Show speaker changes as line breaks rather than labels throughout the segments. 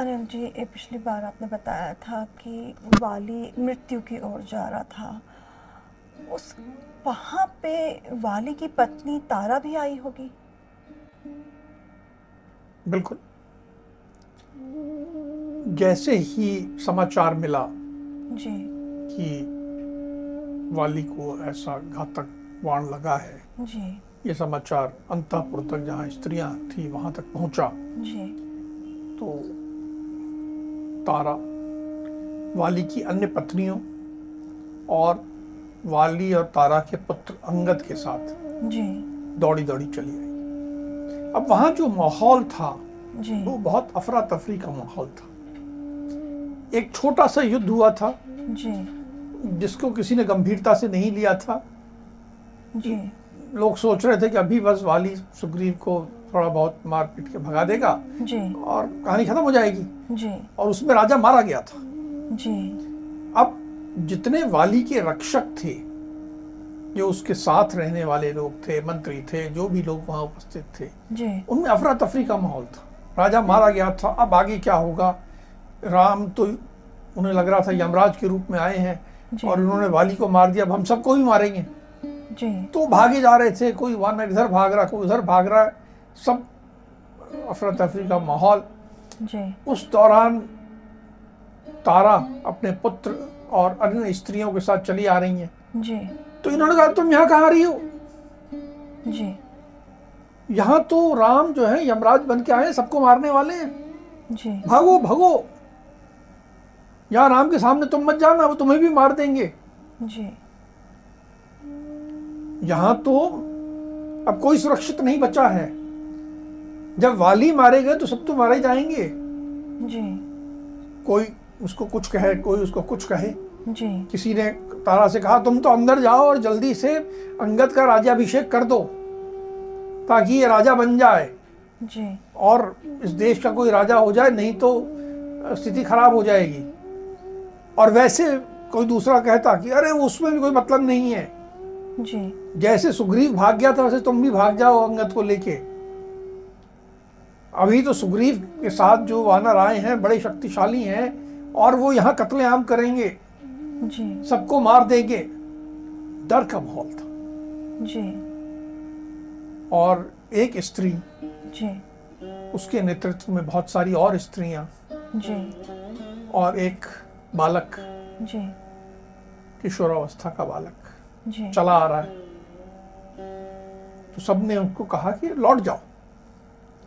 अनिल जी ये पिछली बार आपने बताया था कि वाली मृत्यु की ओर जा रहा था उस वहाँ पे वाली की पत्नी तारा भी आई होगी
बिल्कुल जैसे ही समाचार मिला
जी
कि वाली को ऐसा घातक वाण लगा है
जी
ये समाचार अंतापुर तक जहाँ स्त्रियां थी वहां तक पहुंचा
जी
तो तारा वाली की अन्य पत्नियों और वाली और तारा के पुत्र अंगद के साथ
जी
दौड़ी दौड़ी चली आई अब वहां जो माहौल था
जी
वो बहुत अफरा तफरी का माहौल था एक छोटा सा युद्ध हुआ था
जी
जिसको किसी ने गंभीरता से नहीं लिया था
जी
लोग सोच रहे थे कि अभी बस वाली सुग्रीव को थोड़ा बहुत मार पीट के भगा देगा
जी
और कहानी खत्म हो जाएगी
जी
और उसमें राजा मारा गया था
जी
अब जितने वाली के रक्षक थे जो उसके साथ रहने वाले लोग थे मंत्री थे जो भी लोग वहाँ उपस्थित थे
जी
उनमें अफरा तफरी का माहौल था राजा मारा गया था अब आगे क्या होगा राम तो उन्हें लग रहा था यमराज के रूप में आए हैं
जी।
और उन्होंने वाली को मार दिया अब हम सबको भी मारेंगे
जी
तो भागे जा रहे थे कोई वन इधर भाग रहा कोई उधर भाग रहा है सब अफरा तफरी का माहौल
जी
उस दौरान तारा अपने पुत्र और अन्य स्त्रियों के साथ चली आ रही हैं
जी
तो इन्होंने कहा तुम यहाँ कहाँ आ रही हो
जी
यहाँ तो राम जो है यमराज बन के आए हैं, सबको मारने वाले हैं
जी
भागो भागो यहाँ राम के सामने तुम मत जाना वो तुम्हें भी मार देंगे
जी
यहाँ तो अब कोई सुरक्षित नहीं बचा है जब वाली मारे गए तो सब तो मारे जाएंगे
जी
कोई उसको कुछ कहे कोई उसको कुछ कहे
जी
किसी ने तारा से कहा तुम तो अंदर जाओ और जल्दी से अंगद का राज्याभिषेक कर दो ताकि ये राजा बन जाए
जी
और इस देश का कोई राजा हो जाए नहीं तो अ, स्थिति खराब हो जाएगी और वैसे कोई दूसरा कहता कि अरे उसमें भी कोई मतलब नहीं है
जी
जैसे सुग्रीव भाग गया था वैसे तुम भी भाग जाओ अंगद को लेके अभी तो सुग्रीव के साथ जो वानर आए हैं बड़े शक्तिशाली हैं और वो यहाँ कत्लेआम करेंगे
जी
सबको मार देंगे डर का माहौल था
जी
और एक स्त्री
जी
उसके नेतृत्व में बहुत सारी और स्त्रियां
जी
और एक बालक
जी
किशोरावस्था का बालक
जी
चला आ रहा है तो सबने उनको कहा कि लौट जाओ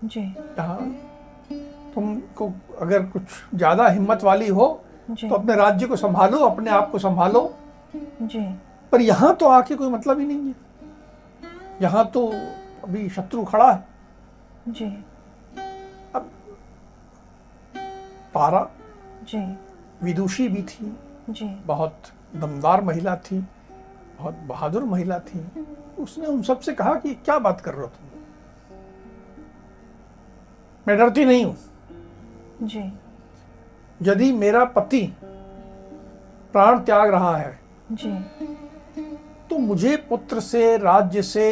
जी
यहाँ तुमको अगर कुछ ज्यादा हिम्मत वाली हो
जी
तो अपने राज्य को संभालो अपने आप को संभालो
जी
पर यहाँ तो आके कोई मतलब ही नहीं है यहाँ तो अभी शत्रु खड़ा है
जी
तारा
जी
विदुषी भी थी
जी
बहुत दमदार महिला थी बहुत बहादुर महिला थी उसने उन सबसे कहा कि क्या बात कर रहे हो तुम मैं डरती नहीं हूं
जी
यदि मेरा पति प्राण त्याग रहा है
जी
तो मुझे पुत्र से राज्य से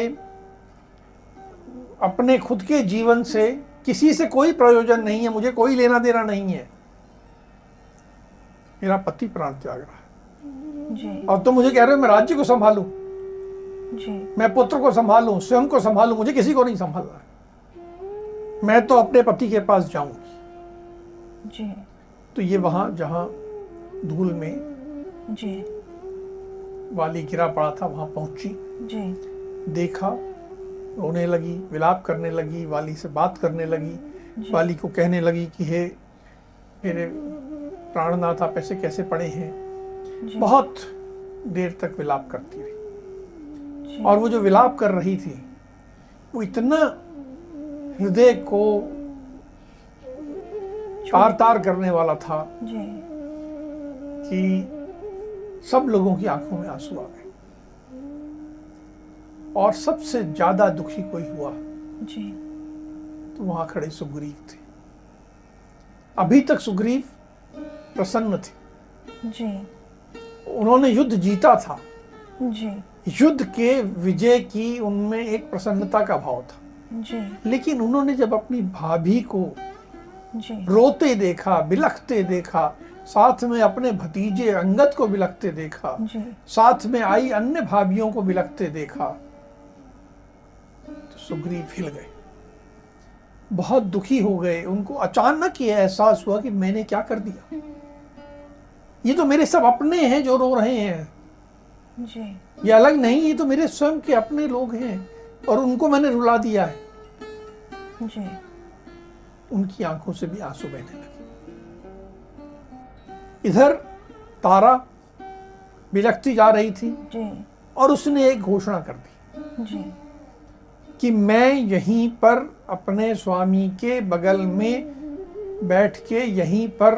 अपने खुद के जीवन से किसी से कोई प्रयोजन नहीं है मुझे कोई लेना देना नहीं है मेरा पति प्राण त्याग रहा है
जी
और तुम मुझे कह रहे हो मैं राज्य को संभालूं
जी
मैं पुत्र को संभालूं स्वयं को संभालूं मुझे किसी को नहीं संभालना है मैं तो अपने पति के पास जाऊंगी
जी
तो ये वहां जहां धूल में
जी
वाली गिरा पड़ा था वहां पहुंची
जी
देखा रोने लगी विलाप करने लगी वाली से बात करने लगी वाली को कहने लगी कि हे मेरे प्राणनाथ आप ऐसे कैसे पड़े हैं
जी।
बहुत देर तक विलाप करती रही
जी
और वो जो विलाप कर रही थी वो इतना हृदय को तार तार करने वाला था
जी
कि सब लोगों की आंखों में आंसू आ गए और सबसे ज्यादा दुखी कोई हुआ
जी
तो वहां खड़े सुग्रीव थे अभी तक सुग्रीव प्रसन्न थे
जी
उन्होंने युद्ध जीता था
जी
युद्ध के विजय की उनमें एक प्रसन्नता का भाव था
जी
लेकिन उन्होंने जब अपनी भाभी को
जी
रोते देखा बिलखते देखा साथ में अपने भतीजे अंगद को बिलखते देखा
जी
साथ में आई अन्य भाभियों को बिलखते देखा तो सुग्रीव हिल गए बहुत दुखी हो गए उनको अचानक ये एहसास हुआ कि मैंने क्या कर दिया ये तो मेरे सब अपने हैं जो रो रहे हैं
जी
ये अलग नहीं ये तो मेरे स्वयं के अपने लोग हैं और उनको मैंने रुला दिया है
जी
उनकी आंखों से भी आंसू बहने लगे इधर तारा बिलखती जा रही थी
जी
और उसने एक घोषणा कर दी
जी
कि मैं यहीं पर अपने स्वामी के बगल में बैठ के यहीं पर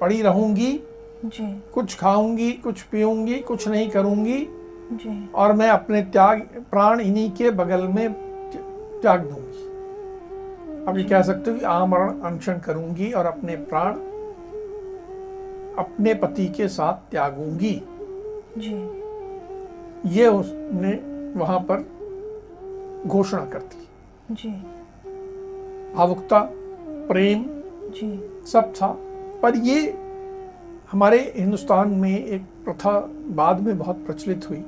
पड़ी रहूंगी
जी
कुछ खाऊंगी कुछ पीऊंगी कुछ नहीं करूंगी
जी
और मैं अपने त्याग प्राण इन्हीं के बगल में त्याग दूंगी अब ये कह सकते हो कि आमरण अनशन करूंगी और अपने प्राण अपने पति के साथ त्यागूंगी
जी
ये उसने वहां पर घोषणा कर दी
जी
भावुकता प्रेम
जी
सब था पर ये हमारे हिंदुस्तान में एक प्रथा बाद में बहुत प्रचलित हुई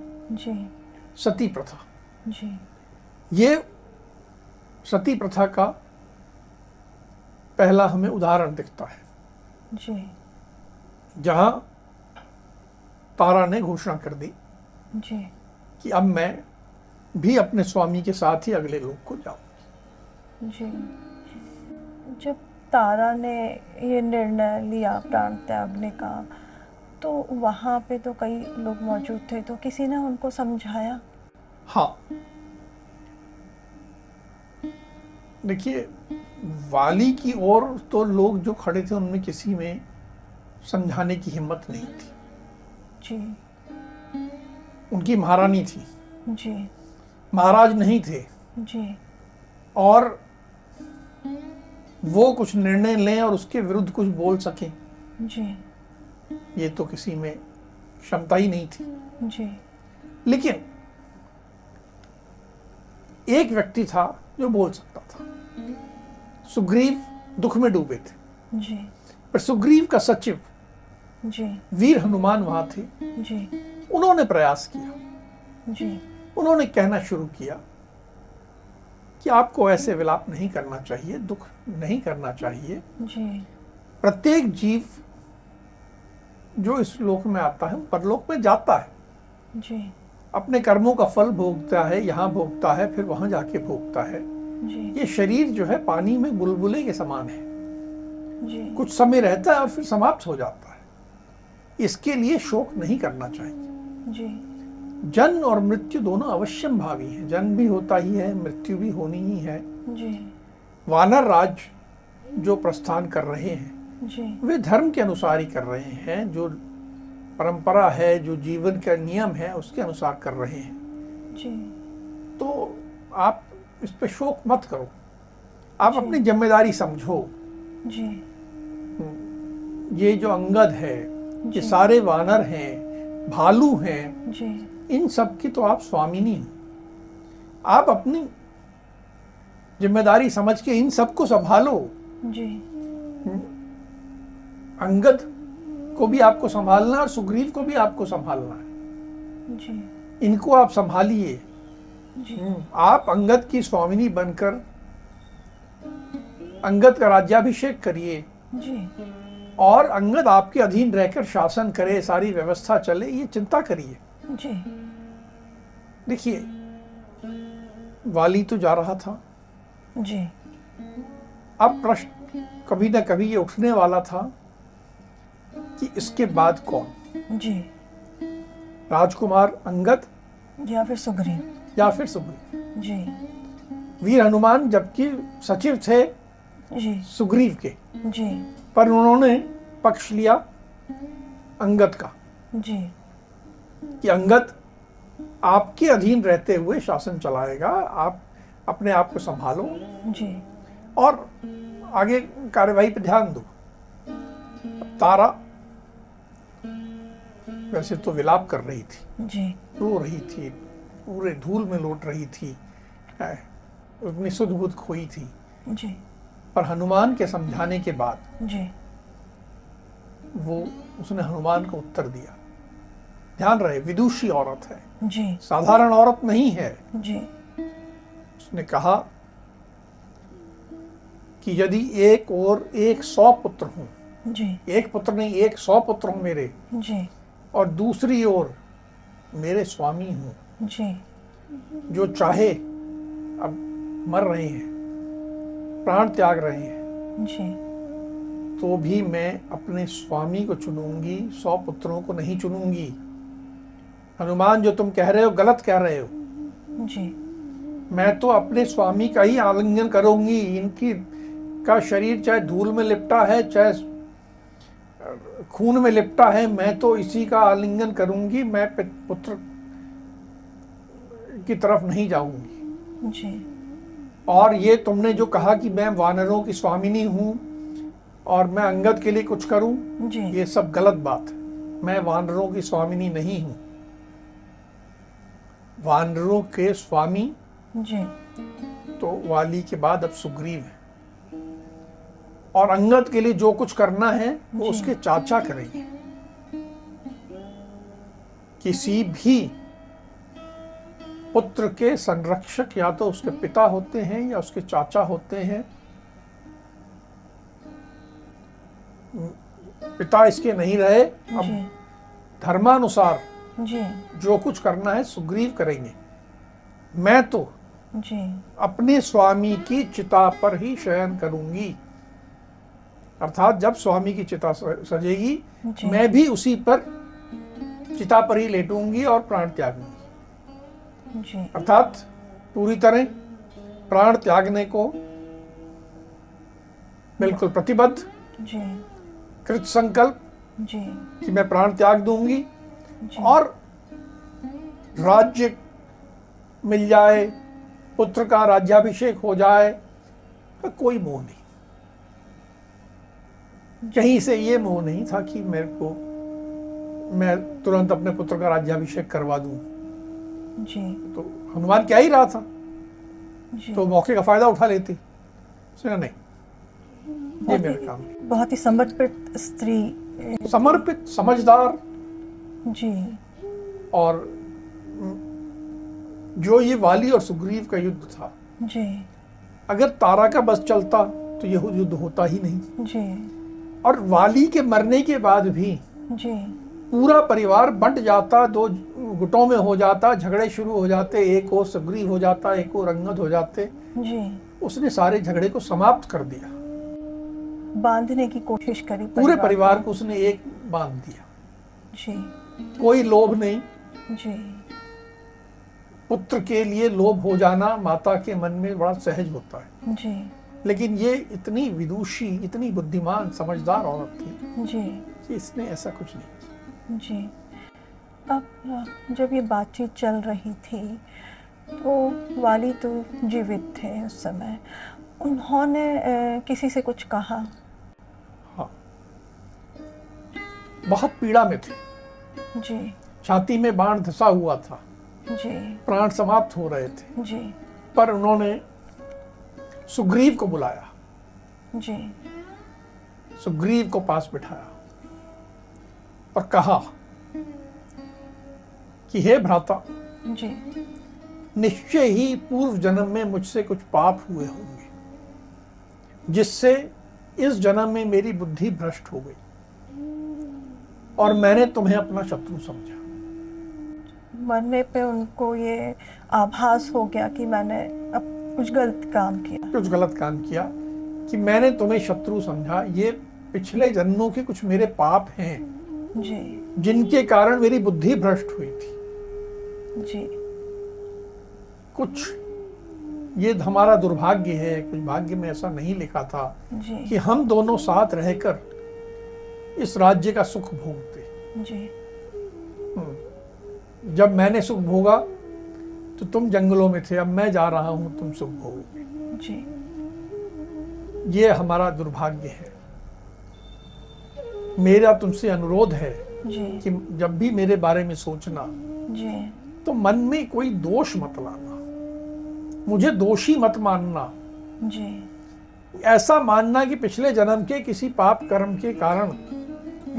जी
सती प्रथा
जी
ये सती प्रथा का पहला हमें उदाहरण दिखता है
जी
जहां तारा ने घोषणा कर दी
जी
कि अब मैं भी अपने स्वामी के साथ ही अगले लोग को जाऊं
जी जब तारा ने ये निर्णय लिया प्राण त्यागने का तो वहाँ पे तो कई लोग मौजूद थे तो किसी ने उनको समझाया
हाँ देखिए वाली की ओर तो लोग जो खड़े थे उनमें किसी में समझाने की हिम्मत नहीं थी
जी
उनकी महारानी थी
जी
महाराज नहीं थे
जी
और वो कुछ निर्णय लें और उसके विरुद्ध कुछ बोल सकें
जी
ये तो किसी में क्षमता ही नहीं थी
जी
लेकिन एक व्यक्ति था जो बोल सकता था सुग्रीव दुख में डूबे थे
जी
पर सुग्रीव का सचिव
जी
वीर हनुमान वहां थे
जी
उन्होंने प्रयास किया
जी
उन्होंने कहना शुरू किया कि आपको ऐसे विलाप नहीं करना चाहिए दुख नहीं करना चाहिए
जी
प्रत्येक जीव जो इस लोक में आता है वो परलोक में जाता है
जी
अपने कर्मों का फल भोगता है यहाँ भोगता है फिर वहां जाके भोगता है
जी
ये शरीर जो है पानी में बुलबुले के समान है
जी
कुछ समय रहता है और फिर समाप्त हो जाता है इसके लिए शोक नहीं करना चाहिए
जी
जन्म और मृत्यु दोनों अवश्यम भावी है जन्म भी होता ही है मृत्यु भी होनी ही है
जी
वानर राज जो प्रस्थान कर रहे हैं
जी
वे धर्म के अनुसार ही कर रहे हैं जो परंपरा है जो जीवन का नियम है उसके अनुसार कर रहे हैं
जी
तो आप इस पे शोक मत करो आप अपनी जिम्मेदारी समझो
जी
ये जो अंगद है ये
जी।
सारे वानर हैं भालू हैं
जी
इन सब की तो आप स्वामिनी हो आप अपनी जिम्मेदारी समझ के इन सबको संभालो
जी
अंगद को भी आपको संभालना है और सुग्रीव को भी आपको संभालना है
जी
इनको आप संभालिए
जी
आप अंगद की स्वामिनी बनकर अंगद का राज्याभिषेक करिए
जी
और अंगद आपके अधीन रहकर शासन करे सारी व्यवस्था चले ये चिंता करिए
जी
देखिए वाली तो जा रहा था
जी
अब प्रश्न कभी ना कभी ये उठने वाला था कि इसके बाद कौन
जी
राजकुमार अंगद
या फिर सुग्रीव
या फिर सुग्रीव
जी
वीर हनुमान जबकि सचिव थे
जी
सुग्रीव के
जी
पर उन्होंने पक्ष लिया अंगद का
जी
कि अंगद आपके अधीन रहते हुए शासन चलाएगा आप अपने आप को संभालो
जी
और आगे कार्यवाही पर ध्यान दो तारा वैसे तो विलाप कर रही थी
जी
रो रही थी पूरे धूल में लौट रही थी है, अपनी सुध बुध खोई थी
जी
पर हनुमान के समझाने के बाद
जी
वो उसने हनुमान को उत्तर दिया ध्यान रहे विदुषी औरत है
जी
साधारण औरत नहीं है
जी
उसने कहा कि यदि एक और एक सौ पुत्र हों
जी
एक पुत्र नहीं एक सौ पुत्र हों मेरे
जी
और दूसरी ओर मेरे स्वामी हों
जी
जो चाहे अब मर रहे हैं प्राण त्याग रहे हैं
जी
तो भी मैं अपने स्वामी को चुनूंगी सौ पुत्रों को नहीं चुनूंगी हनुमान जो तुम कह रहे हो गलत कह रहे हो
जी
मैं तो अपने स्वामी का ही आलिंगन करूंगी इनकी का शरीर चाहे धूल में लिपटा है चाहे खून में लिपटा है मैं तो इसी का आलिंगन करूंगी मैं पित- पुत्र की तरफ नहीं जाऊंगी
जी
और ये तुमने जो कहा कि मैं वानरों की स्वामिनी हूं और मैं अंगद के लिए कुछ करूं
जी
ये सब गलत बात है मैं वानरों की स्वामिनी नहीं हूं वानरों के स्वामी
जी
तो वाली के बाद अब सुग्रीव है और अंगद के लिए जो कुछ करना है वो
जी।
उसके चाचा करेंगे किसी भी पुत्र के संरक्षक या तो उसके पिता होते हैं या उसके चाचा होते हैं पिता इसके नहीं रहे अब
जी
धर्मानुसार
जी
जो कुछ करना है सुग्रीव करेंगे मैं तो
जी
अपने स्वामी की चिता पर ही शयन करूंगी अर्थात जब स्वामी की चिता स- सजेगी
जी।
मैं भी उसी पर चिता पर ही लेटूंगी और प्राण त्यागूंगी
जी
अर्थात पूरी तरह प्राण त्यागने को बिल्कुल प्रतिबद्ध
जी
कृत संकल्प
जी
कि मैं प्राण त्याग दूंगी
जी
और राज्य मिल जाए पुत्र का राज्याभिषेक हो जाए तो कोई मोह नहीं कहीं से ये मोह नहीं था कि मेरे को मैं तुरंत अपने पुत्र का राज्याभिषेक करवा दूं
जी
तो हनुमान क्या ही रहा था
जी
तो मौके का फायदा उठा लेते उसने कहा, नहीं ये मेरा काम है
बहुत ही समर्पित स्त्री ए,
समर्पित समझदार
जी
और जो ये वाली और सुग्रीव का युद्ध था
जी
अगर तारा का बस चलता तो यह युद्ध होता ही नहीं
जी
और वाली के मरने के बाद भी
जी
पूरा परिवार बंट जाता दो गुटों में हो जाता झगड़े शुरू हो जाते एक और सुग्रीव हो जाता एक और रंगत हो जाते
जी
उसने सारे झगड़े को समाप्त कर दिया
बांधने की कोशिश करी
पूरे परिवार को उसने एक बांध दिया
जी
कोई लोभ नहीं
जी
पुत्र के लिए लोभ हो जाना माता के मन में बड़ा सहज होता है
जी
लेकिन ये इतनी विदुषी इतनी बुद्धिमान समझदार औरत थी
जी
कि इसने ऐसा कुछ नहीं किया
जी अब अ, जब ये बातचीत चल रही थी तो वाली तो जीवित थे उस समय उन्होंने अ, किसी से कुछ कहा
हाँ बहुत पीड़ा में थे
जी
छाती में बाण धसा हुआ था
जी
प्राण समाप्त हो रहे थे
जी
पर उन्होंने सुग्रीव को बुलाया
जी
सुग्रीव को पास बिठाया और कहा कि हे भ्राता
जी
निश्चय ही पूर्व जन्म में मुझसे कुछ पाप हुए होंगे जिससे इस जन्म में मेरी बुद्धि भ्रष्ट हो गई और मैंने तुम्हें अपना शत्रु समझा
मरने पे उनको ये आभास हो गया कि मैंने अब कुछ गलत काम किया
कुछ गलत काम किया कि मैंने तुम्हें शत्रु समझा ये पिछले जन्मों के कुछ मेरे पाप हैं
जी
जिनके कारण मेरी बुद्धि भ्रष्ट हुई थी
जी
कुछ ये हमारा दुर्भाग्य है कुछ भाग्य में ऐसा नहीं लिखा था
जी
कि हम दोनों साथ रहकर इस राज्य का सुख भोगते
जी
जब मैंने सुख भोगा तो तुम जंगलों में थे अब मैं जा रहा हूँ तुम सुख भोगोगे
जी
ये हमारा दुर्भाग्य है मेरा तुमसे अनुरोध है
जी
कि जब भी मेरे बारे में सोचना
जी
तो मन में कोई दोष मत लाना मुझे दोषी मत मानना
जी
ऐसा मानना कि पिछले जन्म के किसी पाप कर्म के कारण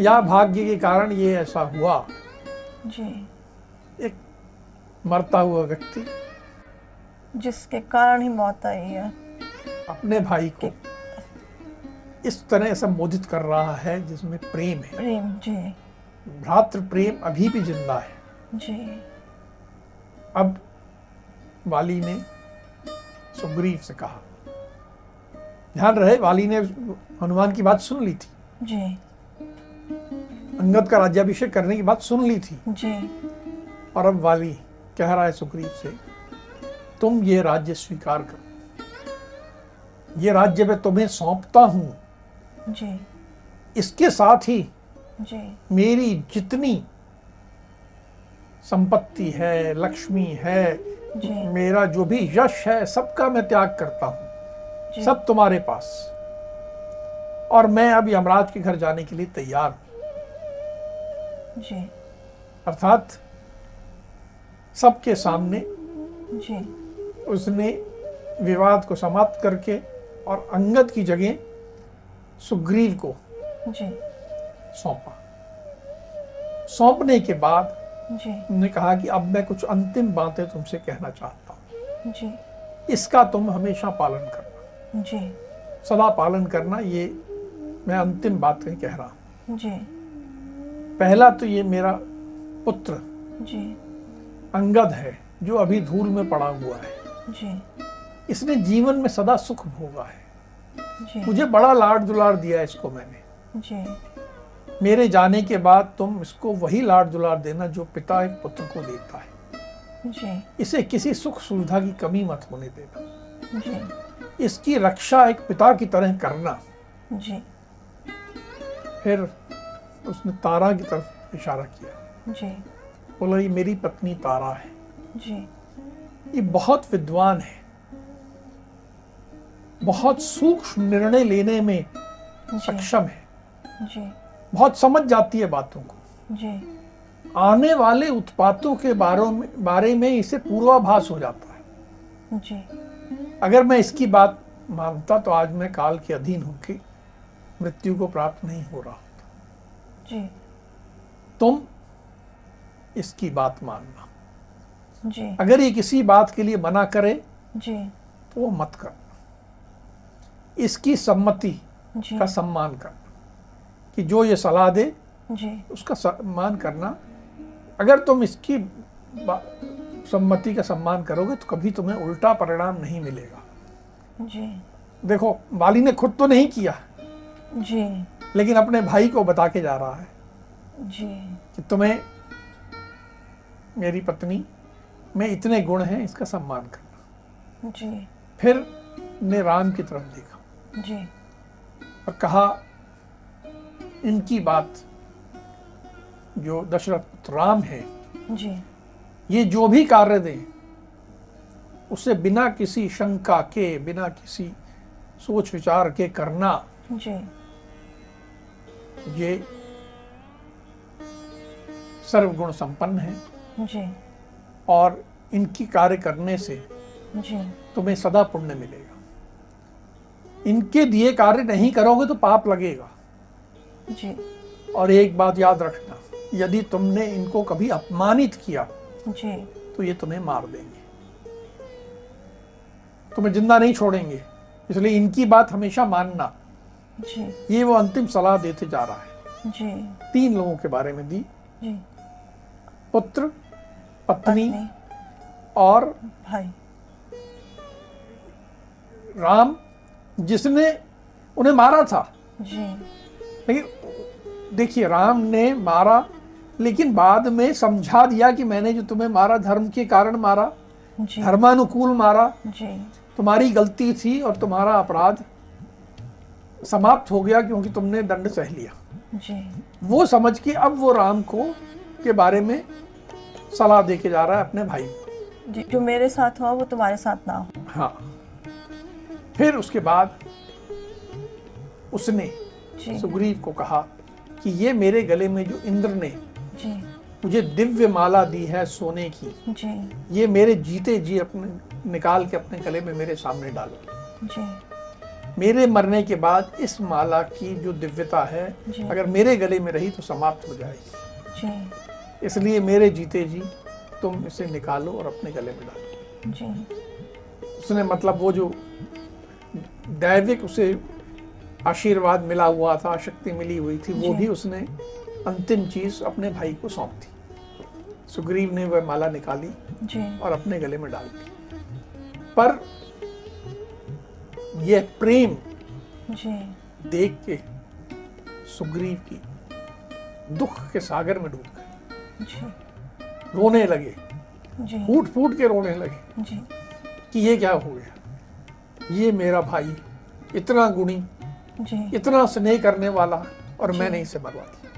या भाग्य के कारण ये ऐसा हुआ
जी
एक मरता हुआ व्यक्ति
जिसके कारण ही मौत आई है
अपने भाई को इस तरह संबोधित कर रहा है जिसमें प्रेम है
प्रेम जी
भ्रातृ प्रेम अभी भी जिंदा है
जी
अब वाली ने सुग्रीव से कहा ध्यान रहे वाली ने हनुमान की बात सुन ली थी
जी
अंगद का राज्याभिषेक करने की बात सुन ली थी
जी
और अब वाली कह रहा है सुग्रीव से तुम ये राज्य स्वीकार करो ये राज्य मैं तुम्हें सौंपता हूं
जी
इसके साथ ही
जी
मेरी जितनी संपत्ति है लक्ष्मी है
जी
मेरा जो भी यश है सबका मैं त्याग करता हूं
जी
सब तुम्हारे पास और मैं अब यमराज के घर जाने के लिए तैयार हूं
जी
अर्थात सबके सामने
जी
उसने विवाद को समाप्त करके और अंगद की जगह सुग्रीव को
जी
सौंपा सौंपने के बाद
जी
उन्होंने कहा कि अब मैं कुछ अंतिम बातें तुमसे कहना चाहता हूँ
जी
इसका तुम हमेशा पालन करना
जी
सदा पालन करना ये मैं अंतिम बातें कह रहा हूँ
जी
पहला तो ये मेरा पुत्र
जी
अंगद है जो अभी धूल में पड़ा हुआ है
जी
इसने जीवन में सदा सुख भोगा है
जी
मुझे बड़ा लाड दुलार दिया इसको मैंने
जी
मेरे जाने के बाद तुम इसको वही लाड दुलार देना जो पिता एक पुत्र को देता है
जी
इसे किसी सुख सुविधा की कमी मत होने देना
जी
इसकी रक्षा एक पिता की तरह करना
जी
फिर उसने तारा की तरफ इशारा किया
जी
बोला ये मेरी पत्नी तारा है
जी
ये बहुत विद्वान है बहुत सूक्ष्म निर्णय लेने में
जी
सक्षम है
जी
बहुत समझ जाती है बातों को
जी
आने वाले उत्पातों के बारे में बारे में इसे पूर्वाभास हो जाता है
जी
अगर मैं इसकी बात मानता तो आज मैं काल के अधीन होकर मृत्यु को प्राप्त नहीं हो रहा होता
जी
तुम इसकी बात मानना
जी
अगर ये किसी बात के लिए मना करे
जी
तो वो मत करना इसकी सम्मति
जी
का सम्मान करना कि जो ये सलाह दे
जी
उसका सम्मान करना अगर तुम इसकी बा- सम्मति का सम्मान करोगे तो कभी तुम्हें उल्टा परिणाम नहीं मिलेगा
जी
देखो वाली ने खुद तो नहीं किया
जी
लेकिन अपने भाई को बता के जा रहा है
जी
कि तुम्हें मेरी पत्नी में इतने गुण हैं इसका सम्मान करना
जी
फिर ने राम की तरफ देखा
जी
और कहा इनकी बात जो दशरथ पुत्र राम है
जी
ये जो भी कार्य दें उसे बिना किसी शंका के बिना किसी सोच विचार के करना
जी
ये सर्वगुण संपन्न है
जी
और इनकी कार्य करने से
जी
तुम्हें सदा पुण्य मिलेगा इनके दिए कार्य नहीं करोगे तो पाप लगेगा
जी
और एक बात याद रखना यदि तुमने इनको कभी अपमानित किया
जी
तो ये तुम्हें मार देंगे तुम्हें जिंदा नहीं छोड़ेंगे इसलिए इनकी बात हमेशा मानना
जी
ये वो अंतिम सलाह देते जा रहा है
जी
तीन लोगों के बारे में दी
जी
पुत्र पत्नी
पत्नी
और
भाई
राम जिसने उन्हें मारा था
जी
लेकिन देखिए राम ने मारा लेकिन बाद में समझा दिया कि मैंने जो तुम्हें मारा धर्म के कारण मारा
जी
धर्मानुकूल मारा
जी
तुम्हारी गलती थी और तुम्हारा अपराध समाप्त हो गया क्योंकि तुमने दंड सह लिया
जी
वो समझ के अब वो राम को के बारे में सलाह दे के जा रहा है अपने भाई को।
जी जो मेरे साथ हुआ वो तुम्हारे साथ ना हो
हाँ फिर उसके बाद उसने
जी
सुग्रीव को कहा कि ये मेरे गले में जो इंद्र ने
जी
मुझे दिव्य माला दी है सोने की
जी
ये मेरे जीते जी अपने निकाल के अपने गले में मेरे सामने डालो
जी
मेरे मरने के बाद इस माला की जो दिव्यता है
जी।
अगर मेरे गले में रही तो समाप्त हो जाएगी
जी
इसलिए मेरे जीते जी तुम इसे निकालो और अपने गले में डालो
जी
उसने मतलब वो जो दैविक उसे आशीर्वाद मिला हुआ था शक्ति मिली हुई थी वो
जी।
भी उसने अंतिम चीज अपने भाई को सौंप दी सुग्रीव ने वह माला निकाली
जी
और अपने गले में डाल दी पर यह प्रेम
जी
देख के सुग्रीव की दुख के सागर में डूब गए
जी
रोने लगे
जी
फूट फूट के रोने लगे
जी
कि ये क्या हो गया ये मेरा भाई इतना गुणी
जी
इतना स्नेह करने वाला और मैंने इसे मरवा दिया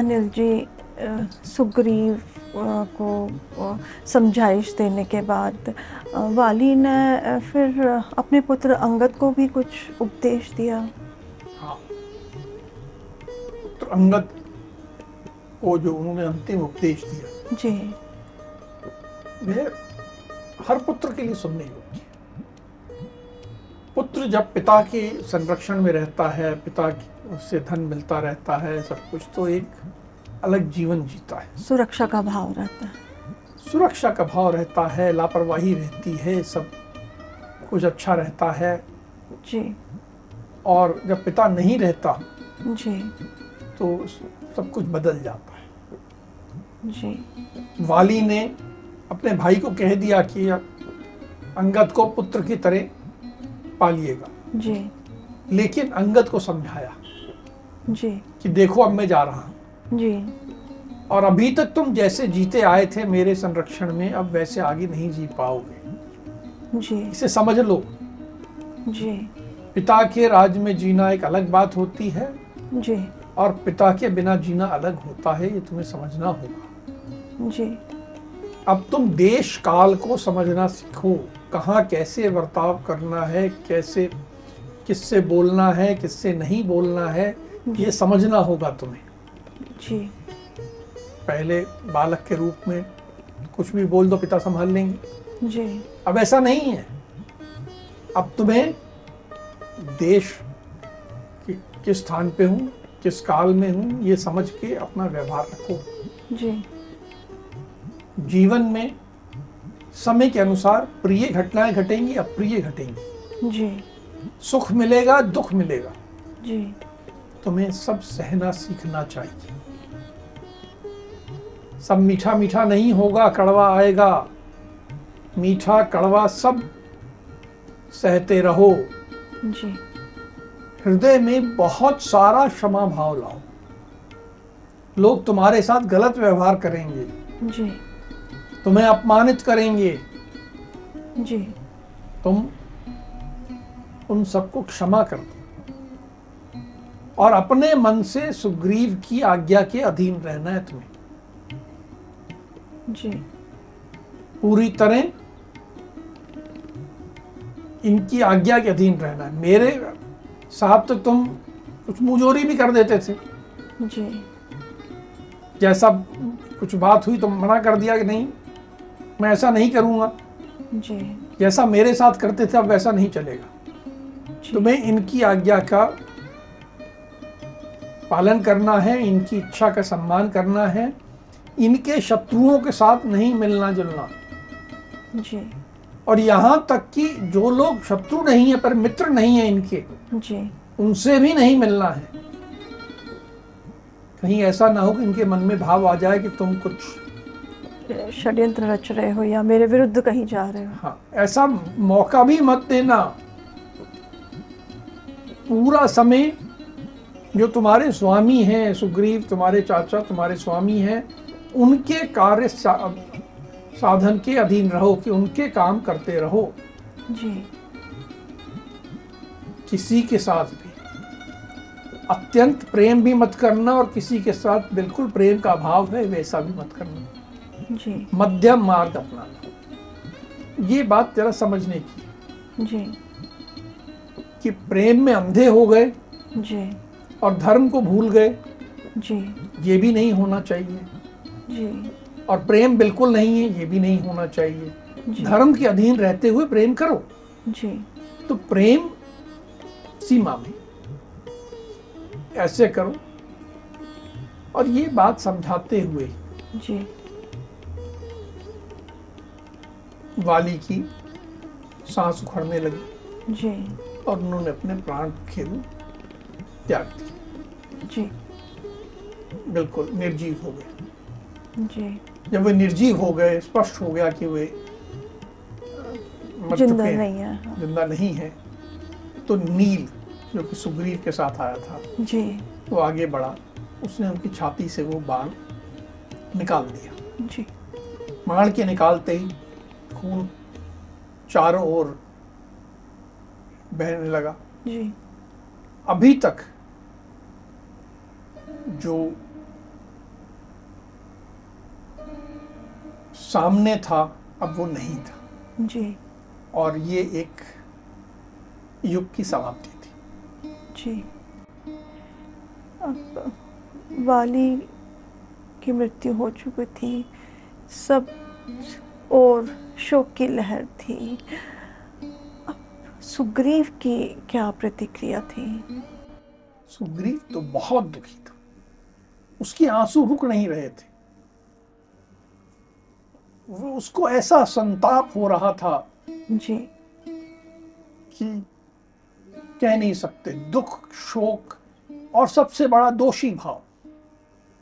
अनिल जी अ, सुग्रीव अ, को अ, समझाइश देने के बाद अ, वाली ने अ, फिर अ, अपने पुत्र अंगद को भी कुछ उपदेश दिया
हाँ पुत्र अंगद को जो उन्होंने अंतिम उपदेश दिया
जी
वह हर पुत्र के लिए सुनने योग्य है। पुत्र जब पिता के संरक्षण में रहता है पिता की- से धन मिलता रहता है सब कुछ तो एक अलग जीवन जीता है
सुरक्षा का भाव रहता है
सुरक्षा का भाव रहता है लापरवाही रहती है सब कुछ अच्छा रहता है
जी
और जब पिता नहीं रहता
जी
तो सब कुछ बदल जाता है
जी
वाली ने अपने भाई को कह दिया कि अंगद को पुत्र की तरह पालिएगा
जी
लेकिन अंगद को समझाया
जी
कि देखो अब मैं जा रहा हूं
जी
और अभी तक तुम जैसे जीते आए थे मेरे संरक्षण में अब वैसे आगे नहीं जी पाओगे
जी
इसे समझ लो
जी
पिता के राज में जीना एक अलग बात होती है
जी
और पिता के बिना जीना अलग होता है ये तुम्हें समझना होगा
जी
अब तुम देश काल को समझना सीखो कहाँ कैसे बर्ताव करना है कैसे किससे बोलना है किससे नहीं बोलना है ये समझना होगा तुम्हें
जी
पहले बालक के रूप में कुछ भी बोल दो पिता संभाल लेंगे
जी
अब ऐसा नहीं है अब तुम्हें देश कि किस स्थान पे हूँ किस काल में हूँ ये समझ के अपना व्यवहार रखो
जी
जीवन में समय के अनुसार प्रिय घटनाएं घटेंगी अप्रिय घटेंगी
जी
सुख मिलेगा दुख मिलेगा
जी
तुम्हें सब सहना सीखना चाहिए सब मीठा मीठा नहीं होगा कड़वा आएगा मीठा कड़वा सब सहते रहो
जी
हृदय में बहुत सारा क्षमा भाव लाओ लोग तुम्हारे साथ गलत व्यवहार करेंगे
जी
तुम्हें अपमानित करेंगे
जी
तुम उन सबको क्षमा कर दो और अपने मन से सुग्रीव की आज्ञा के अधीन रहना है तुम्हें
जी
पूरी तरह इनकी आज्ञा के अधीन रहना है मेरे साहब तो तुम कुछ मुजोरी भी कर देते थे
जी
जैसा कुछ बात हुई तो मना कर दिया कि नहीं मैं ऐसा नहीं करूंगा
जी
जैसा मेरे साथ करते थे अब वैसा नहीं चलेगा
जी।
तुम्हें इनकी आज्ञा का पालन करना है इनकी इच्छा का सम्मान करना है इनके शत्रुओं के साथ नहीं मिलना जुलना
जी
और यहाँ तक कि जो लोग शत्रु नहीं है पर मित्र नहीं है इनके
जी
उनसे भी नहीं मिलना है कहीं ऐसा ना हो कि इनके मन में भाव आ जाए कि तुम कुछ
षड्यंत्र रच रहे हो या मेरे विरुद्ध कहीं जा रहे हो
हाँ ऐसा मौका भी मत देना पूरा समय जो तुम्हारे स्वामी हैं सुग्रीव तुम्हारे चाचा तुम्हारे स्वामी हैं उनके कार्य सा, साधन के अधीन रहो कि उनके काम करते रहो
जी
किसी के साथ भी अत्यंत प्रेम भी मत करना और किसी के साथ बिल्कुल प्रेम का अभाव है वैसा भी मत करना
जी
मध्यम मार्ग अपनाना ये बात जरा समझने की है
जी
कि प्रेम में अंधे हो गए
जी
और धर्म को भूल गए
जी
ये भी नहीं होना चाहिए
जी
और प्रेम बिल्कुल नहीं है ये भी नहीं होना चाहिए
जी
धर्म के अधीन रहते हुए प्रेम करो
जी
तो प्रेम सीमा में ऐसे करो और ये बात समझाते हुए
जी
वाली की सांस उखड़ने लगी
जी
और उन्होंने अपने प्राण खेल त्याग दिए
जी
बिल्कुल निर्जीव हो गए
जी
जब वे निर्जीव हो गए स्पष्ट हो गया कि वे मर
जिंदा
चुके हैं
नहीं है हाँ।
जिंदा नहीं है तो नील जो कि सुग्रीव के साथ आया था
जी
वो तो आगे बढ़ा उसने उनकी छाती से वो बाण निकाल दिया
जी
बाण के निकालते ही खून चारों ओर बहने लगा
जी
अभी तक जो सामने था अब वो नहीं था
जी
और ये एक युग की समाप्ति थी
जी अब वाली की मृत्यु हो चुकी थी सब और शोक की लहर थी अब सुग्रीव की क्या प्रतिक्रिया थी
सुग्रीव तो बहुत दुखी था उसके आंसू रुक नहीं रहे थे वो उसको ऐसा संताप हो रहा था
जी
कि कह नहीं सकते दुख शोक और सबसे बड़ा दोषी भाव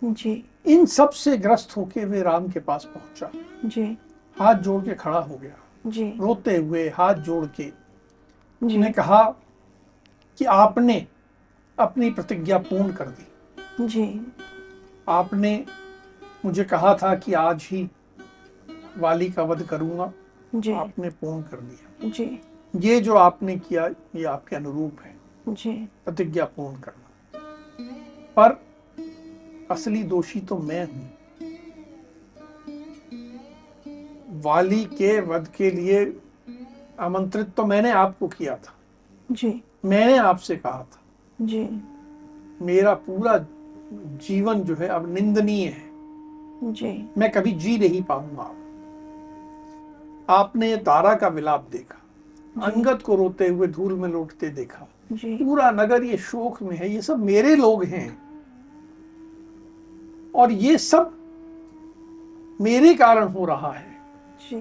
जी
इन सब से ग्रस्त होके वे राम के पास पहुंचा
जी
हाथ जोड़ के खड़ा हो गया
जी
रोते हुए हाथ जोड़ के
जी
उसने कहा कि आपने अपनी प्रतिज्ञा पूर्ण कर दी
जी
आपने मुझे कहा था कि आज ही वाली का वध करूंगा
जी
आपने पूर्ण कर दिया
जी
ये जो आपने किया ये आपके अनुरूप है
जी
प्रतिज्ञा पूर्ण करना पर असली दोषी तो मैं हूं वाली के वध के लिए आमंत्रित तो मैंने आपको किया था
जी
मैंने आपसे कहा था
जी
मेरा पूरा जीवन जो है अब निंदनीय है
जी
मैं कभी जी नहीं पाऊंगा आपने तारा का विलाप देखा अंगद को रोते हुए धूल में लौटते देखा
जी
पूरा नगर ये शोक में है ये सब मेरे लोग हैं और ये सब मेरे कारण हो रहा है
जी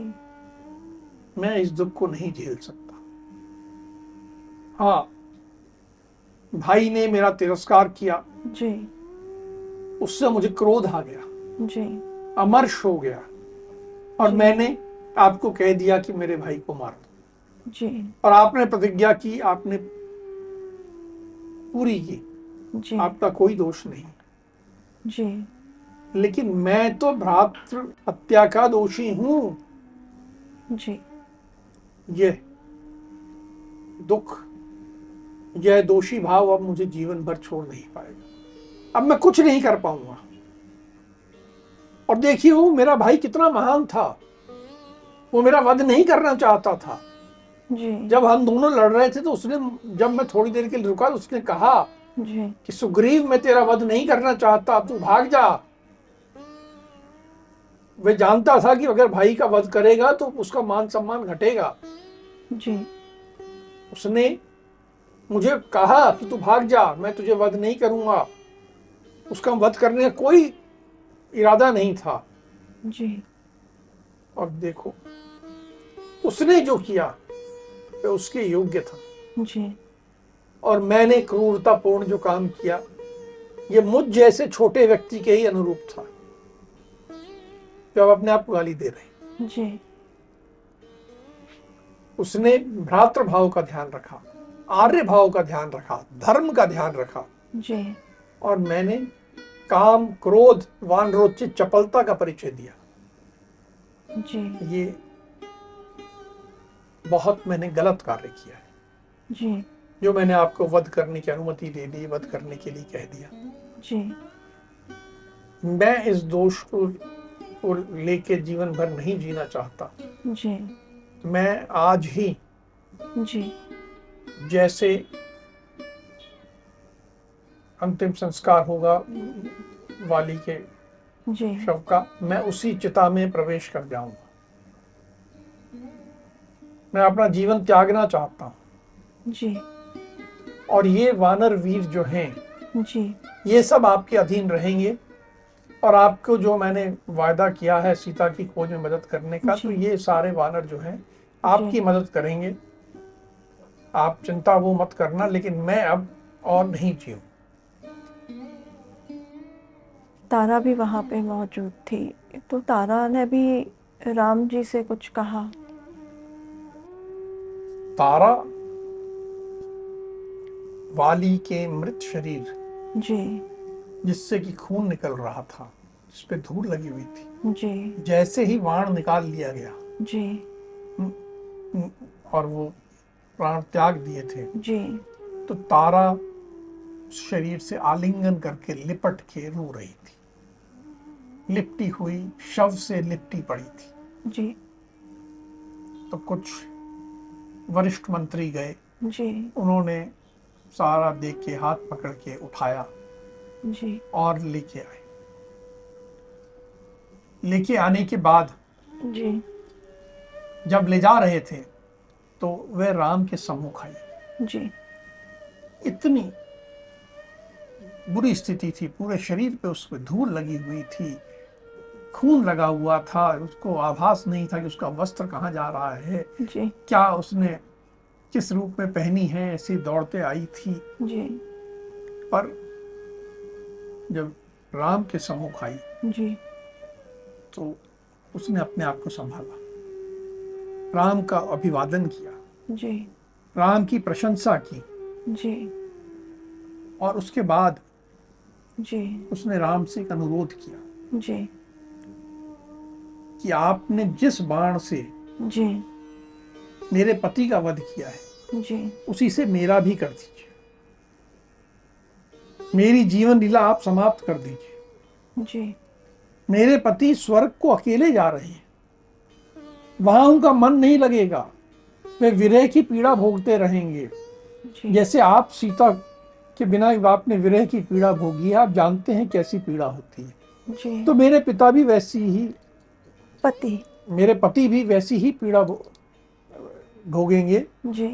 मैं इस दुख को नहीं झेल सकता हाँ भाई ने मेरा तिरस्कार किया
जी
उससे मुझे क्रोध आ गया
जी
अमर्ष हो गया और मैंने आपको कह दिया कि मेरे भाई को मार दो
जी
और आपने प्रतिज्ञा की आपने पूरी की
जी
आपका कोई दोष नहीं
जी
लेकिन मैं तो भ्रातृ हत्या का दोषी हूं
जी
यह दुख यह दोषी भाव अब मुझे जीवन भर छोड़ नहीं पाएगा अब मैं कुछ नहीं कर पाऊंगा और देखिए वो मेरा भाई कितना महान था वो मेरा वध नहीं करना चाहता था
जी
जब हम दोनों लड़ रहे थे तो उसने जब मैं थोड़ी देर के लिए रुका तो उसने कहा
जी
कि सुग्रीव मैं तेरा वध नहीं करना चाहता तू भाग जा वे जानता था कि अगर भाई का वध करेगा तो उसका मान सम्मान घटेगा
जी
उसने मुझे कहा कि तू भाग जा मैं तुझे वध नहीं करूंगा उसका वध करने का कोई इरादा नहीं था
जी
और देखो उसने जो किया वह उसके योग्य था
जी
और मैंने क्रूरतापूर्ण जो काम किया ये मुझ जैसे छोटे व्यक्ति के ही अनुरूप था जो अब अपने आप को गाली दे रहे हैं।
जी
उसने भ्रातृ भाव का ध्यान रखा आर्य भाव का ध्यान रखा धर्म का ध्यान रखा
जी
और मैंने काम क्रोध वानरोचित चपलता का परिचय दिया
जी
ये बहुत मैंने गलत कार्य किया है
जी
जो मैंने आपको वध करने की अनुमति दे दी वध करने के लिए कह दिया
जी
मैं इस दोष को को लेके जीवन भर नहीं जीना चाहता
जी
मैं आज ही
जी
जैसे अंतिम संस्कार होगा वाली के
जी
शव का मैं उसी चिता में प्रवेश कर जाऊंगा मैं अपना जीवन त्यागना चाहता हूँ
जी
और ये वानर वीर जो हैं
जी
ये सब आपके अधीन रहेंगे और आपको जो मैंने वायदा किया है सीता की खोज में मदद करने का तो
जी।
ये सारे वानर जो हैं आपकी मदद करेंगे आप चिंता वो मत करना लेकिन मैं अब और नहीं जीऊँ
तारा भी वहाँ पे मौजूद थी तो तारा ने भी राम जी से कुछ कहा
तारा वाली के मृत शरीर
जी
जिससे कि खून निकल रहा था जिस पे धूल लगी हुई थी
जी
जैसे ही वाण निकाल लिया गया
जी
और वो प्राण त्याग दिए थे
जी
तो तारा उस शरीर से आलिंगन करके लिपट के रो रही थी लिपटी हुई शव से लिपटी पड़ी थी
जी
तो कुछ वरिष्ठ मंत्री गए
जी
उन्होंने सारा देख के हाथ पकड़ के उठाया
जी
और लेके आए लेके आने के बाद
जी
जब ले जा रहे थे तो वे राम के सम्मुख आई
जी
इतनी बुरी स्थिति थी पूरे शरीर पे उसमें धूल लगी हुई थी खून लगा हुआ था उसको आभास नहीं था कि उसका वस्त्र कहाँ जा रहा है
जी
क्या उसने किस रूप में पहनी है ऐसी दौड़ते आई थी
जी
पर जब राम के सम्मुख आई
जी
तो उसने अपने आप को संभाला राम का अभिवादन किया
जी
राम की प्रशंसा की
जी
और उसके बाद
जी
उसने राम से एक अनुरोध किया
जी
कि आपने जिस बाण से
जी
मेरे पति का वध किया है
जी
उसी से मेरा भी कर दीजिए मेरी जीवन लीला आप समाप्त कर दीजिए
जी
मेरे पति स्वर्ग को अकेले जा रहे हैं वहां उनका मन नहीं लगेगा वे विरह की पीड़ा भोगते रहेंगे
जी
जैसे आप सीता के बिना आपने विरह की पीड़ा भोगी है आप जानते हैं कैसी पीड़ा होती है
जी
तो मेरे पिता भी वैसी ही
पति
मेरे पति भी वैसी ही पीड़ा भो- भोगेंगे
जी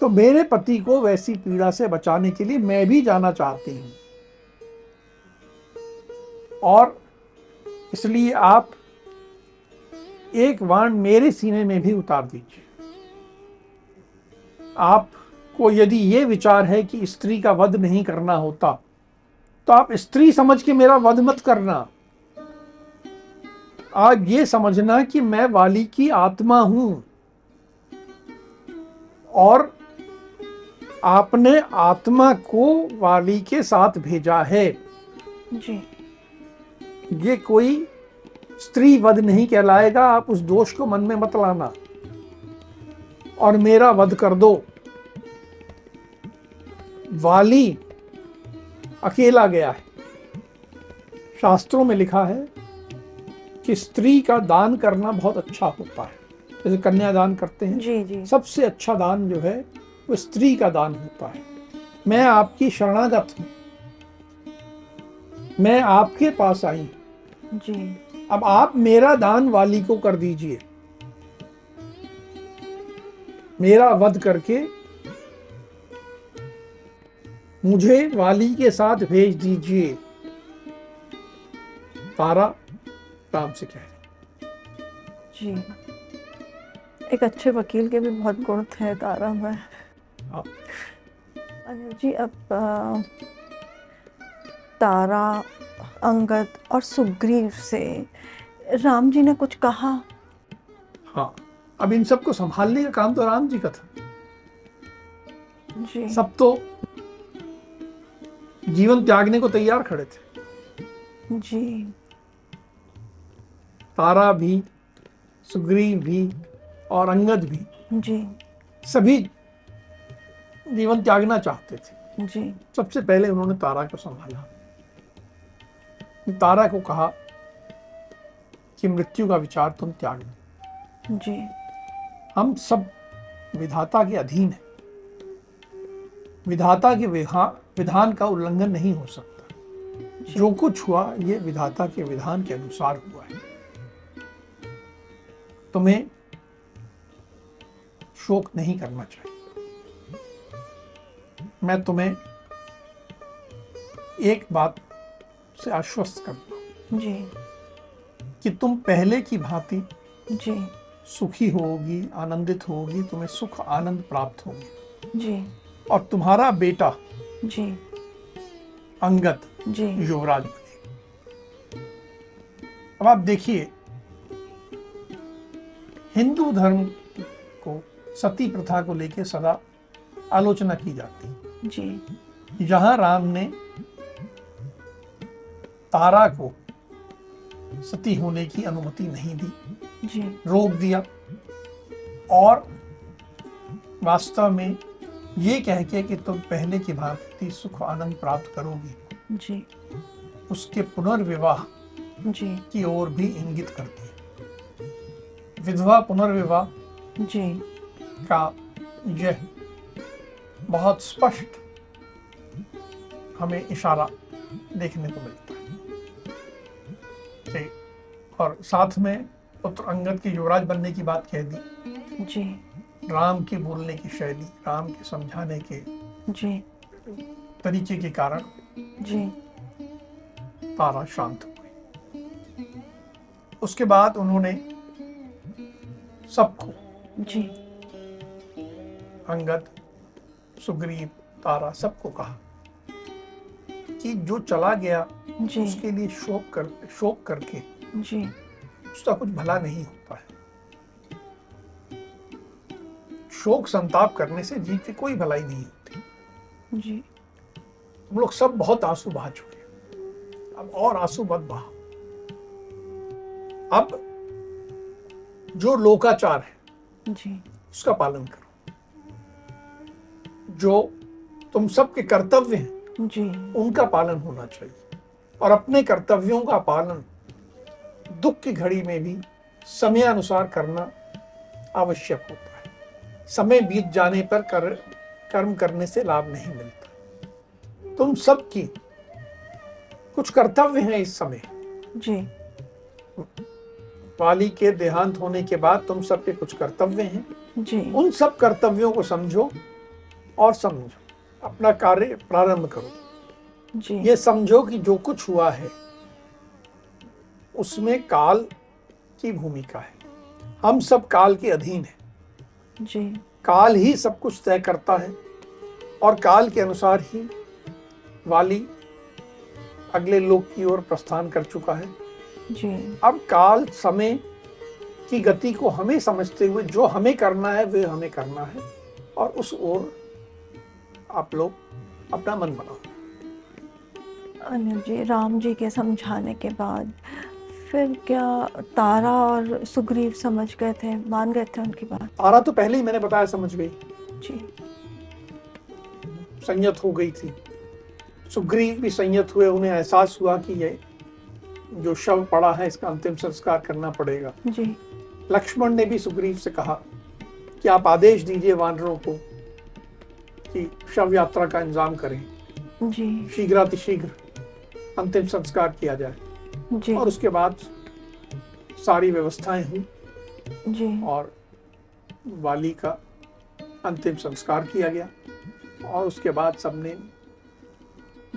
तो मेरे पति को वैसी पीड़ा से बचाने के लिए मैं भी जाना चाहती हूँ और इसलिए आप एक वाण मेरे सीने में भी उतार दीजिए आपको यदि ये विचार है कि स्त्री का वध नहीं करना होता तो आप स्त्री समझ के मेरा वध मत करना आप ये समझना कि मैं वाली की आत्मा हूं और आपने आत्मा को वाली के साथ भेजा है
जी
ये कोई स्त्री वध नहीं कहलाएगा आप उस दोष को मन में मत लाना और मेरा वध कर दो वाली अकेला गया है शास्त्रों में लिखा है कि स्त्री का दान करना बहुत अच्छा होता है जैसे कन्यादान करते हैं
जी जी
सबसे अच्छा दान जो है वो स्त्री का दान होता है मैं आपकी शरणागत हूँ मैं आपके पास आई हूं।
जी
अब आप मेरा दान वाली को कर दीजिए मेरा वध करके मुझे वाली के साथ भेज दीजिए तारा राम से कह रही।
जी एक अच्छे वकील के भी बहुत गुण थे तारा में
हाँ।
अनिल जी अब अ, तारा अंगद और सुग्रीव से राम जी ने कुछ कहा
हाँ अब इन सबको संभालने का काम तो राम जी का था
जी
सब तो जीवन त्यागने को तैयार खड़े थे
जी
तारा भी सुग्रीव भी और अंगद भी
जी
सभी जीवन त्यागना चाहते थे
जी
सबसे पहले उन्होंने तारा को संभाला तारा को कहा कि मृत्यु का विचार तुम त्याग दो
जी
हम सब विधाता के अधीन हैं विधाता के विधा- विधान का उल्लंघन नहीं हो सकता जो कुछ हुआ ये विधाता के विधान के अनुसार हुआ है तुम्हें शोक नहीं करना चाहिए मैं तुम्हें एक बात से आश्वस्त करता हूं
जी
कि तुम पहले की भांति
जी
सुखी होगी आनंदित होगी तुम्हें सुख आनंद प्राप्त होगी
जी
और तुम्हारा बेटा
जी
अंगद
जी
युवराज बनेगा अब आप देखिए हिंदू धर्म को सती प्रथा को लेकर सदा आलोचना की जाती है
जी
यहाँ राम ने तारा को सती होने की अनुमति नहीं दी
जी
रोक दिया और वास्तव में ये कह के कि तुम पहले की भांति सुख आनंद प्राप्त करोगी
जी
उसके पुनर्विवाह
जी
की ओर भी इंगित करती है विधवा पुनर्विवाह
जी
का यह बहुत स्पष्ट हमें इशारा देखने को मिलता है कि- और साथ में पुत्र अंगद के युवराज बनने की बात कह दी
जी
राम के बोलने की शैली राम के समझाने के
जी
तरीके के कारण
जी
तारा शांत हो गई उसके बाद उन्होंने सबको
जी
अंगद सुग्रीव तारा सबको कहा कि जो चला गया
जी
उसके लिए शोक कर शोक करके
जी
उसका कुछ भला नहीं होता है शोक संताप करने से जीव की कोई भलाई नहीं होती
जी
तुम लोग सब बहुत आंसू बहा चुके हैं। अब और आंसू मत बहा अब जो लोकाचार है
जी
उसका पालन करो जो तुम सबके कर्तव्य हैं
जी
उनका पालन होना चाहिए और अपने कर्तव्यों का पालन दुख की घड़ी में भी समयानुसार करना आवश्यक होता है समय बीत जाने पर कर, कर्म करने से लाभ नहीं मिलता तुम सबकी कुछ कर्तव्य हैं इस समय
जी
वाली के देहांत होने के बाद तुम सबके कुछ कर्तव्य हैं
जी
उन सब कर्तव्यों को समझो और समझो अपना कार्य प्रारंभ करो
जी
ये समझो कि जो कुछ हुआ है उसमें काल की भूमिका है हम सब काल के अधीन हैं
जी
काल ही सब कुछ तय करता है और काल के अनुसार ही वाली अगले लोक की ओर प्रस्थान कर चुका है
जी
अब काल समय की गति को हमें समझते हुए जो हमें करना है वे हमें करना है और उस ओर आप लोग अपना मन बनाओ
अनुज जी राम जी के समझाने के बाद फिर क्या तारा और सुग्रीव समझ गए थे मान गए थे उनकी बात
तारा तो पहले ही मैंने बताया समझ गई
जी
संयत हो गई थी सुग्रीव भी संयत हुए उन्हें एहसास हुआ कि ये जो शव पड़ा है इसका अंतिम संस्कार करना पड़ेगा
जी
लक्ष्मण ने भी सुग्रीव से कहा कि आप आदेश दीजिए वानरों को कि शव यात्रा का इंतजाम करें
जी
शीघ्रातिशीघ्र अंतिम संस्कार किया जाए
जी
और उसके बाद सारी व्यवस्थाएं हुई
जी
और वाली का अंतिम संस्कार किया गया और उसके बाद सबने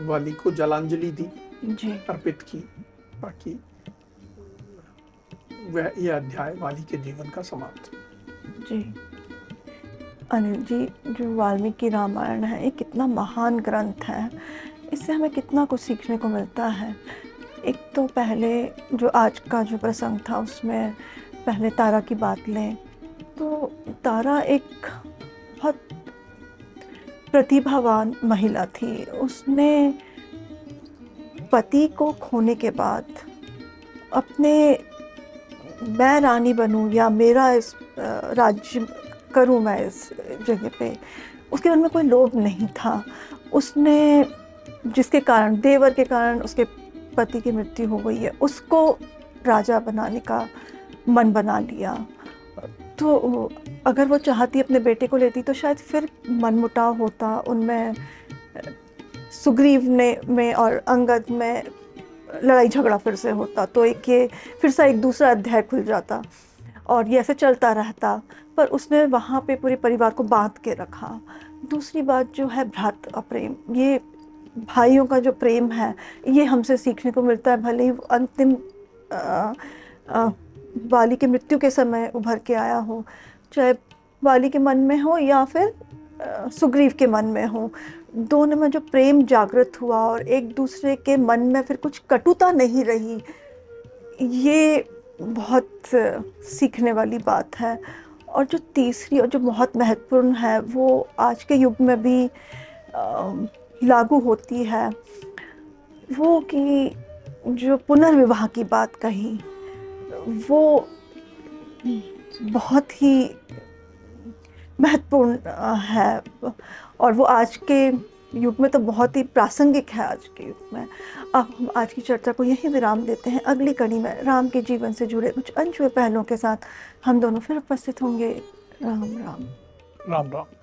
वाली को जलांजलि दी
जी
अर्पित की बाकी वह यह अध्याय वाली के जीवन का समाप्त
जी अनिल जी जो वाल्मीकि रामायण है ये कितना महान ग्रंथ है इससे हमें कितना कुछ सीखने को मिलता है एक तो पहले जो आज का जो प्रसंग था उसमें पहले तारा की बात लें तो तारा एक बहुत प्रतिभावान महिला थी उसने पति को खोने के बाद अपने मैं रानी बनूं या मेरा इस अ, राज्य करूं मैं इस जगह पे उसके मन में कोई लोभ नहीं था उसने जिसके कारण देवर के कारण उसके पति की मृत्यु हो गई है उसको राजा बनाने का मन बना लिया तो अगर वो चाहती अपने बेटे को लेती तो शायद फिर मनमुटाव होता उनमें सुग्रीव ने में और अंगद में लड़ाई झगड़ा फिर से होता तो एक ये फिर से एक दूसरा अध्याय खुल जाता और ये ऐसे चलता रहता पर उसने वहाँ पे पूरे परिवार को बांध के रखा दूसरी बात जो है भ्रातृ प्रेम ये भाइयों का जो प्रेम है ये हमसे सीखने को मिलता है भले ही वो अंतिम अ, अ, वाली की मृत्यु के समय उभर के आया हो चाहे वाली के मन में हो या फिर अ, सुग्रीव के मन में हो दोनों में जो प्रेम जागृत हुआ और एक दूसरे के मन में फिर कुछ कटुता नहीं रही ये बहुत अ, सीखने वाली बात है और जो तीसरी और जो बहुत महत्वपूर्ण है वो आज के युग में भी अ, लागू होती है वो कि जो पुनर्विवाह की बात कही वो बहुत ही महत्वपूर्ण अ, है और वो आज के युग में तो बहुत ही प्रासंगिक है आज के युग में अब हम आज की चर्चा को यहीं विराम देते हैं अगली कड़ी में राम के जीवन से जुड़े कुछ अनछुए पहलुओं के साथ हम दोनों फिर उपस्थित होंगे राम राम
राम राम